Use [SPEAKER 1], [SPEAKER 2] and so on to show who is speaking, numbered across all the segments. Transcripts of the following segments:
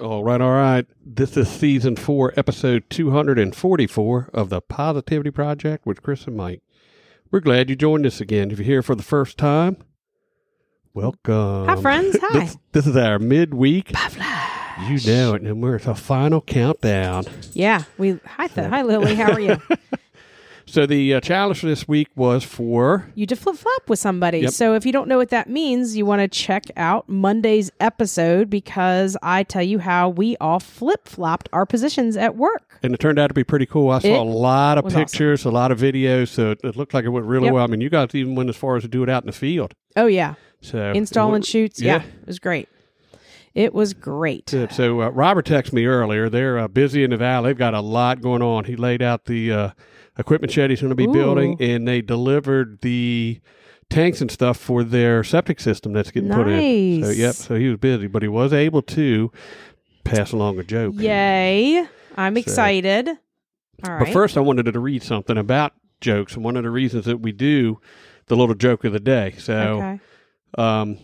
[SPEAKER 1] All right, all right. This is season four, episode 244 of the Positivity Project with Chris and Mike. We're glad you joined us again. If you're here for the first time, welcome.
[SPEAKER 2] Hi, friends. Hi.
[SPEAKER 1] This, this is our midweek. You know it, and we're at the final countdown.
[SPEAKER 2] Yeah, we. Hi, th- hi, Lily. How are you?
[SPEAKER 1] So the uh, challenge for this week was for
[SPEAKER 2] you just flip flop with somebody.
[SPEAKER 1] Yep.
[SPEAKER 2] So if you don't know what that means, you want to check out Monday's episode because I tell you how we all flip flopped our positions at work.
[SPEAKER 1] and it turned out to be pretty cool. I saw
[SPEAKER 2] It
[SPEAKER 1] a lot of
[SPEAKER 2] was awesome.
[SPEAKER 1] pictures, a lot of videos, so it, it looked like it went really
[SPEAKER 2] Yep.
[SPEAKER 1] well. I mean, you guys even went as far as to do it out in the field.
[SPEAKER 2] Oh yeah,
[SPEAKER 1] So
[SPEAKER 2] installing shoots. Yeah.
[SPEAKER 1] yeah.
[SPEAKER 2] it was great. It was great.
[SPEAKER 1] Good. So uh, Robert texted me earlier. They're uh, busy in the valley. They've got a lot going on. He laid out the uh, equipment shed he's going to be
[SPEAKER 2] Ooh.
[SPEAKER 1] building, and they delivered the tanks and stuff for their septic system that's getting put in. So
[SPEAKER 2] Nice.
[SPEAKER 1] yep. So he was busy, but he was able to pass along a joke.
[SPEAKER 2] Yay! I'm excited. All right.
[SPEAKER 1] But first, I wanted to read something about jokes and one of the reasons that we do the little joke of the day. So.
[SPEAKER 2] okay.
[SPEAKER 1] um,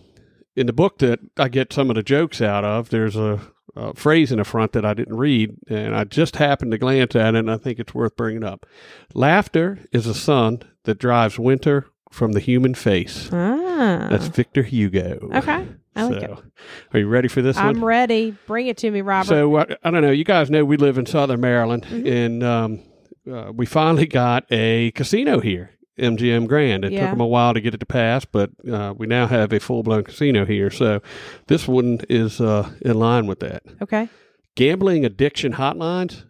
[SPEAKER 1] in the book that I get some of the jokes out of, there's a, a phrase in the front that I didn't read, and I just happened to glance at it, and I think it's worth bringing up. Laughter is a sun that drives winter from the human face.
[SPEAKER 2] Ah.
[SPEAKER 1] That's Victor Hugo.
[SPEAKER 2] okay. I like it.
[SPEAKER 1] Are you ready for this one?
[SPEAKER 2] I'm ready. Bring it to me, Robert.
[SPEAKER 1] So uh, I, I don't know. You guys know we live in Southern Maryland, and um, uh, we finally got a casino here, MGM Grand. It took 'em took
[SPEAKER 2] Yeah.
[SPEAKER 1] them a while to get it to pass, but uh, we now have a full blown casino here. So this one is uh, in line with that.
[SPEAKER 2] okay.
[SPEAKER 1] Gambling addiction hotlines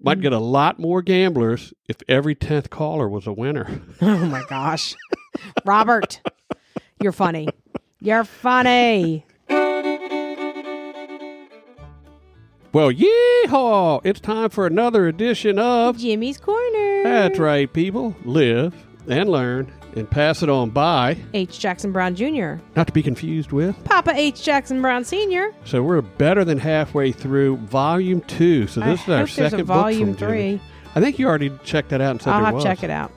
[SPEAKER 1] might get a lot more gamblers if every tenth caller was a winner.
[SPEAKER 2] Oh my gosh. Robert, you're funny. You're funny.
[SPEAKER 1] Well, yeehaw! It's time for another edition of
[SPEAKER 2] Jimmy's Corner.
[SPEAKER 1] That's Right, people. Live and learn and pass it on by.
[SPEAKER 2] H. Jackson Brown Jr.,
[SPEAKER 1] Not to be confused with.
[SPEAKER 2] Papa H. Jackson Brown Sr.
[SPEAKER 1] So we're better than halfway through volume two. So
[SPEAKER 2] I
[SPEAKER 1] this is our
[SPEAKER 2] hope there's
[SPEAKER 1] second
[SPEAKER 2] a volume
[SPEAKER 1] book from Jimmy.
[SPEAKER 2] three.
[SPEAKER 1] I think you already checked that out and said
[SPEAKER 2] I'll
[SPEAKER 1] there
[SPEAKER 2] have to
[SPEAKER 1] was.
[SPEAKER 2] check it out.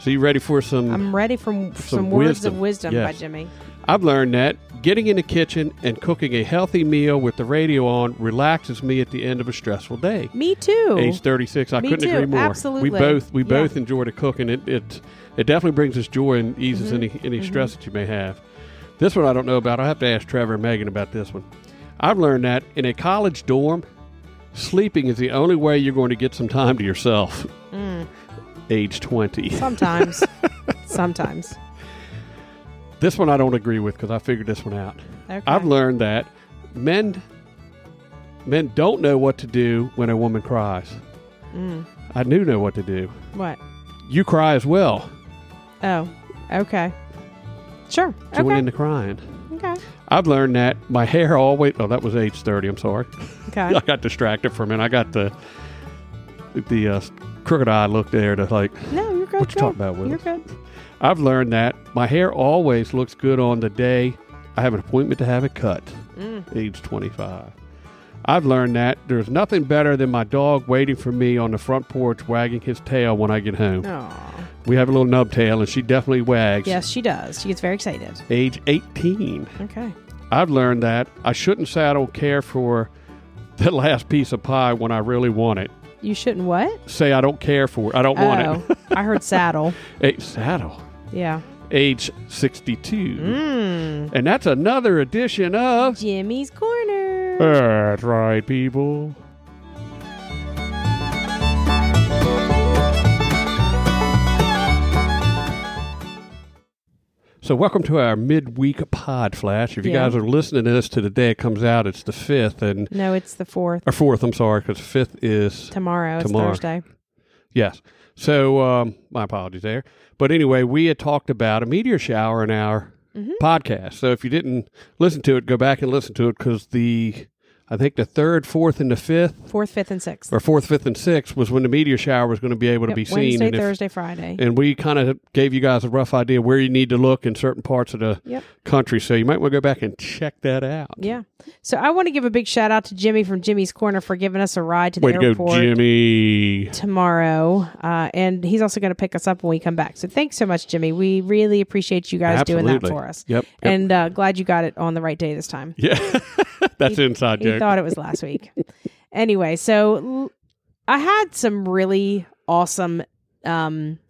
[SPEAKER 1] So you ready for some?
[SPEAKER 2] I'm ready for m- some,
[SPEAKER 1] Some
[SPEAKER 2] words of
[SPEAKER 1] wisdom.
[SPEAKER 2] wisdom by
[SPEAKER 1] Yes.
[SPEAKER 2] Jimmy.
[SPEAKER 1] I've learned that getting in the kitchen and cooking a healthy meal with the radio on relaxes me at the end of a stressful day.
[SPEAKER 2] Me too.
[SPEAKER 1] Age 36, I
[SPEAKER 2] Me
[SPEAKER 1] couldn't
[SPEAKER 2] too,
[SPEAKER 1] agree more.
[SPEAKER 2] absolutely.
[SPEAKER 1] We both we
[SPEAKER 2] Yeah.
[SPEAKER 1] both enjoy the cooking. It it it definitely brings us joy and eases
[SPEAKER 2] Mm-hmm.
[SPEAKER 1] any any stress that you may have. This one I don't know about. I have to ask Trevor and Megan about this one. I've learned that in a college dorm, sleeping is the only way you're going to get some time to yourself.
[SPEAKER 2] Mm.
[SPEAKER 1] Age 20.
[SPEAKER 2] Sometimes. Sometimes.
[SPEAKER 1] This one I don't agree with because I figured this one out.
[SPEAKER 2] Okay.
[SPEAKER 1] I've learned that men men don't know what to do when a woman cries.
[SPEAKER 2] Mm.
[SPEAKER 1] I do know what to do.
[SPEAKER 2] What?
[SPEAKER 1] You cry as well.
[SPEAKER 2] Oh, okay. Sure.
[SPEAKER 1] Join
[SPEAKER 2] okay.
[SPEAKER 1] in the crying.
[SPEAKER 2] okay.
[SPEAKER 1] I've learned that my hair always. Oh, that was age thirty. I'm sorry.
[SPEAKER 2] Okay.
[SPEAKER 1] I got distracted for a minute. I got the the uh, crooked eye look there. To like,
[SPEAKER 2] No, you're good.
[SPEAKER 1] What you
[SPEAKER 2] go.
[SPEAKER 1] talking about, Will?
[SPEAKER 2] You're good.
[SPEAKER 1] I've learned that my hair always looks good on the day I have an appointment to have it cut.
[SPEAKER 2] Mm.
[SPEAKER 1] Age twenty five. I've learned that there's nothing better than my dog waiting for me on the front porch, wagging his tail when I get home.
[SPEAKER 2] Aw.
[SPEAKER 1] We have a little nub tail, and she definitely wags.
[SPEAKER 2] Oh. Yes, she does. She gets very excited.
[SPEAKER 1] Age eighteen.
[SPEAKER 2] Okay.
[SPEAKER 1] I've learned that I shouldn't say I don't care for the last piece of pie when I really want it.
[SPEAKER 2] You shouldn't what?
[SPEAKER 1] Say I don't care for it. I don't want
[SPEAKER 2] Oh, I heard saddle.
[SPEAKER 1] it. Hey, saddle.
[SPEAKER 2] Yeah.
[SPEAKER 1] Age 62.
[SPEAKER 2] Mm.
[SPEAKER 1] And that's another edition of.
[SPEAKER 2] Jimmy's Corner.
[SPEAKER 1] That's right, people. So, welcome to our midweek pod flash. If you
[SPEAKER 2] Yeah.
[SPEAKER 1] guys are listening to this to the day it comes out, it's the 5th, and
[SPEAKER 2] No, it's the fourth.
[SPEAKER 1] or fourth. I'm sorry, because fifth is
[SPEAKER 2] Tomorrow. It's
[SPEAKER 1] Tomorrow.
[SPEAKER 2] Thursday.
[SPEAKER 1] yes. So um, my apologies there. But anyway, we had talked about a meteor shower
[SPEAKER 2] Mm-hmm.
[SPEAKER 1] in our podcast. So if you didn't listen to it, go back and listen to it because the I think the third, fourth, and the fifth,
[SPEAKER 2] Fourth, fifth, and sixth.
[SPEAKER 1] or fourth, fifth, and sixth, was when the meteor shower was going to be able to
[SPEAKER 2] Yep,
[SPEAKER 1] be seen.
[SPEAKER 2] Wednesday,
[SPEAKER 1] and if-
[SPEAKER 2] Thursday, Friday.
[SPEAKER 1] and we kind of gave you guys a rough idea where you need to look in certain parts of the
[SPEAKER 2] Yep.
[SPEAKER 1] country. So you might want to go back and check that out.
[SPEAKER 2] yeah. So I want to give a big shout out to Jimmy from Jimmy's Corner for giving us a ride to the
[SPEAKER 1] Way to
[SPEAKER 2] airport
[SPEAKER 1] go, Jimmy.
[SPEAKER 2] tomorrow. Uh, and he's also going to pick us up when we come back. So thanks so much, Jimmy. We really appreciate you guys doing that
[SPEAKER 1] Absolutely.
[SPEAKER 2] for us.
[SPEAKER 1] Yep, yep.
[SPEAKER 2] And uh, glad you got it on the right day this time.
[SPEAKER 1] Yeah. That's an inside
[SPEAKER 2] He
[SPEAKER 1] joke.
[SPEAKER 2] thought it was last week. anyway, so l- I had some really awesome um,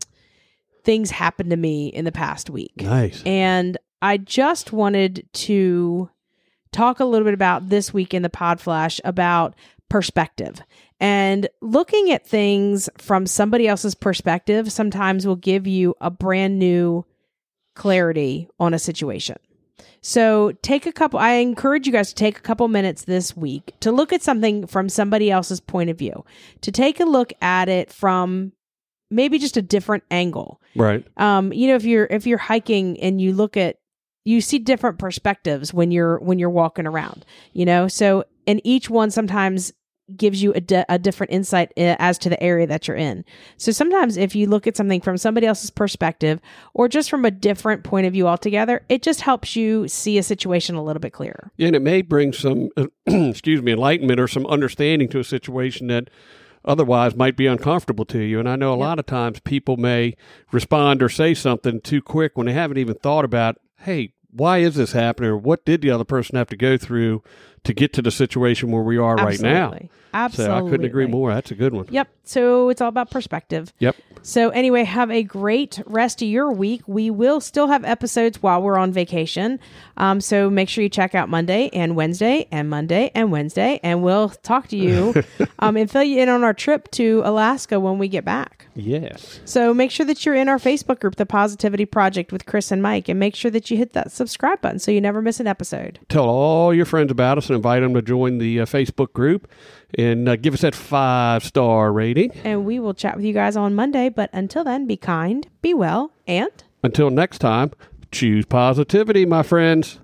[SPEAKER 2] things happen to me in the past week.
[SPEAKER 1] nice.
[SPEAKER 2] And I just wanted to talk a little bit about this week in the Pod Flash about perspective. And looking at things from somebody else's perspective sometimes will give you a brand new clarity on a situation. So, take a couple I encourage you guys to take a couple minutes this week to look at something from somebody else's point of view. To take a look at it from maybe just a different angle
[SPEAKER 1] Right.
[SPEAKER 2] um you know if you're if you're hiking and you look at you see different perspectives when you're when you're walking around you know so and each one sometimes gives you a, di- a different insight uh, as to the area that you're in so sometimes if you look at something from somebody else's perspective or just from a different point of view altogether it just helps you see a situation a little bit clearer
[SPEAKER 1] And it may bring some, excuse me, enlightenment or some understanding to a situation that otherwise might be uncomfortable to you. And I know a lot of times people may respond or say something too quick when they haven't even thought about, hey, why is this happening or what did the other person have to go through to get to the situation where we are right now?
[SPEAKER 2] absolutely absolutely
[SPEAKER 1] So I couldn't agree more. That's a good one.
[SPEAKER 2] yep so it's all about perspective
[SPEAKER 1] Yep.
[SPEAKER 2] So, anyway, have a great rest of your week. We will still have episodes while we're on vacation. Um, so, make sure you check out Monday and Wednesday and Monday and Wednesday, and we'll talk to you um, and fill you in on our trip to Alaska when we get back.
[SPEAKER 1] Yes.
[SPEAKER 2] So, make sure that you're in our Facebook group, The Positivity Project with Chris and Mike, and make sure that you hit that subscribe button so you never miss an episode.
[SPEAKER 1] Tell all your friends about us and invite them to join the uh, Facebook group and uh, give us that five star rating.
[SPEAKER 2] And we will chat with you guys on Monday. But until then, be kind, be well, and.
[SPEAKER 1] Until next time, choose positivity, my friends.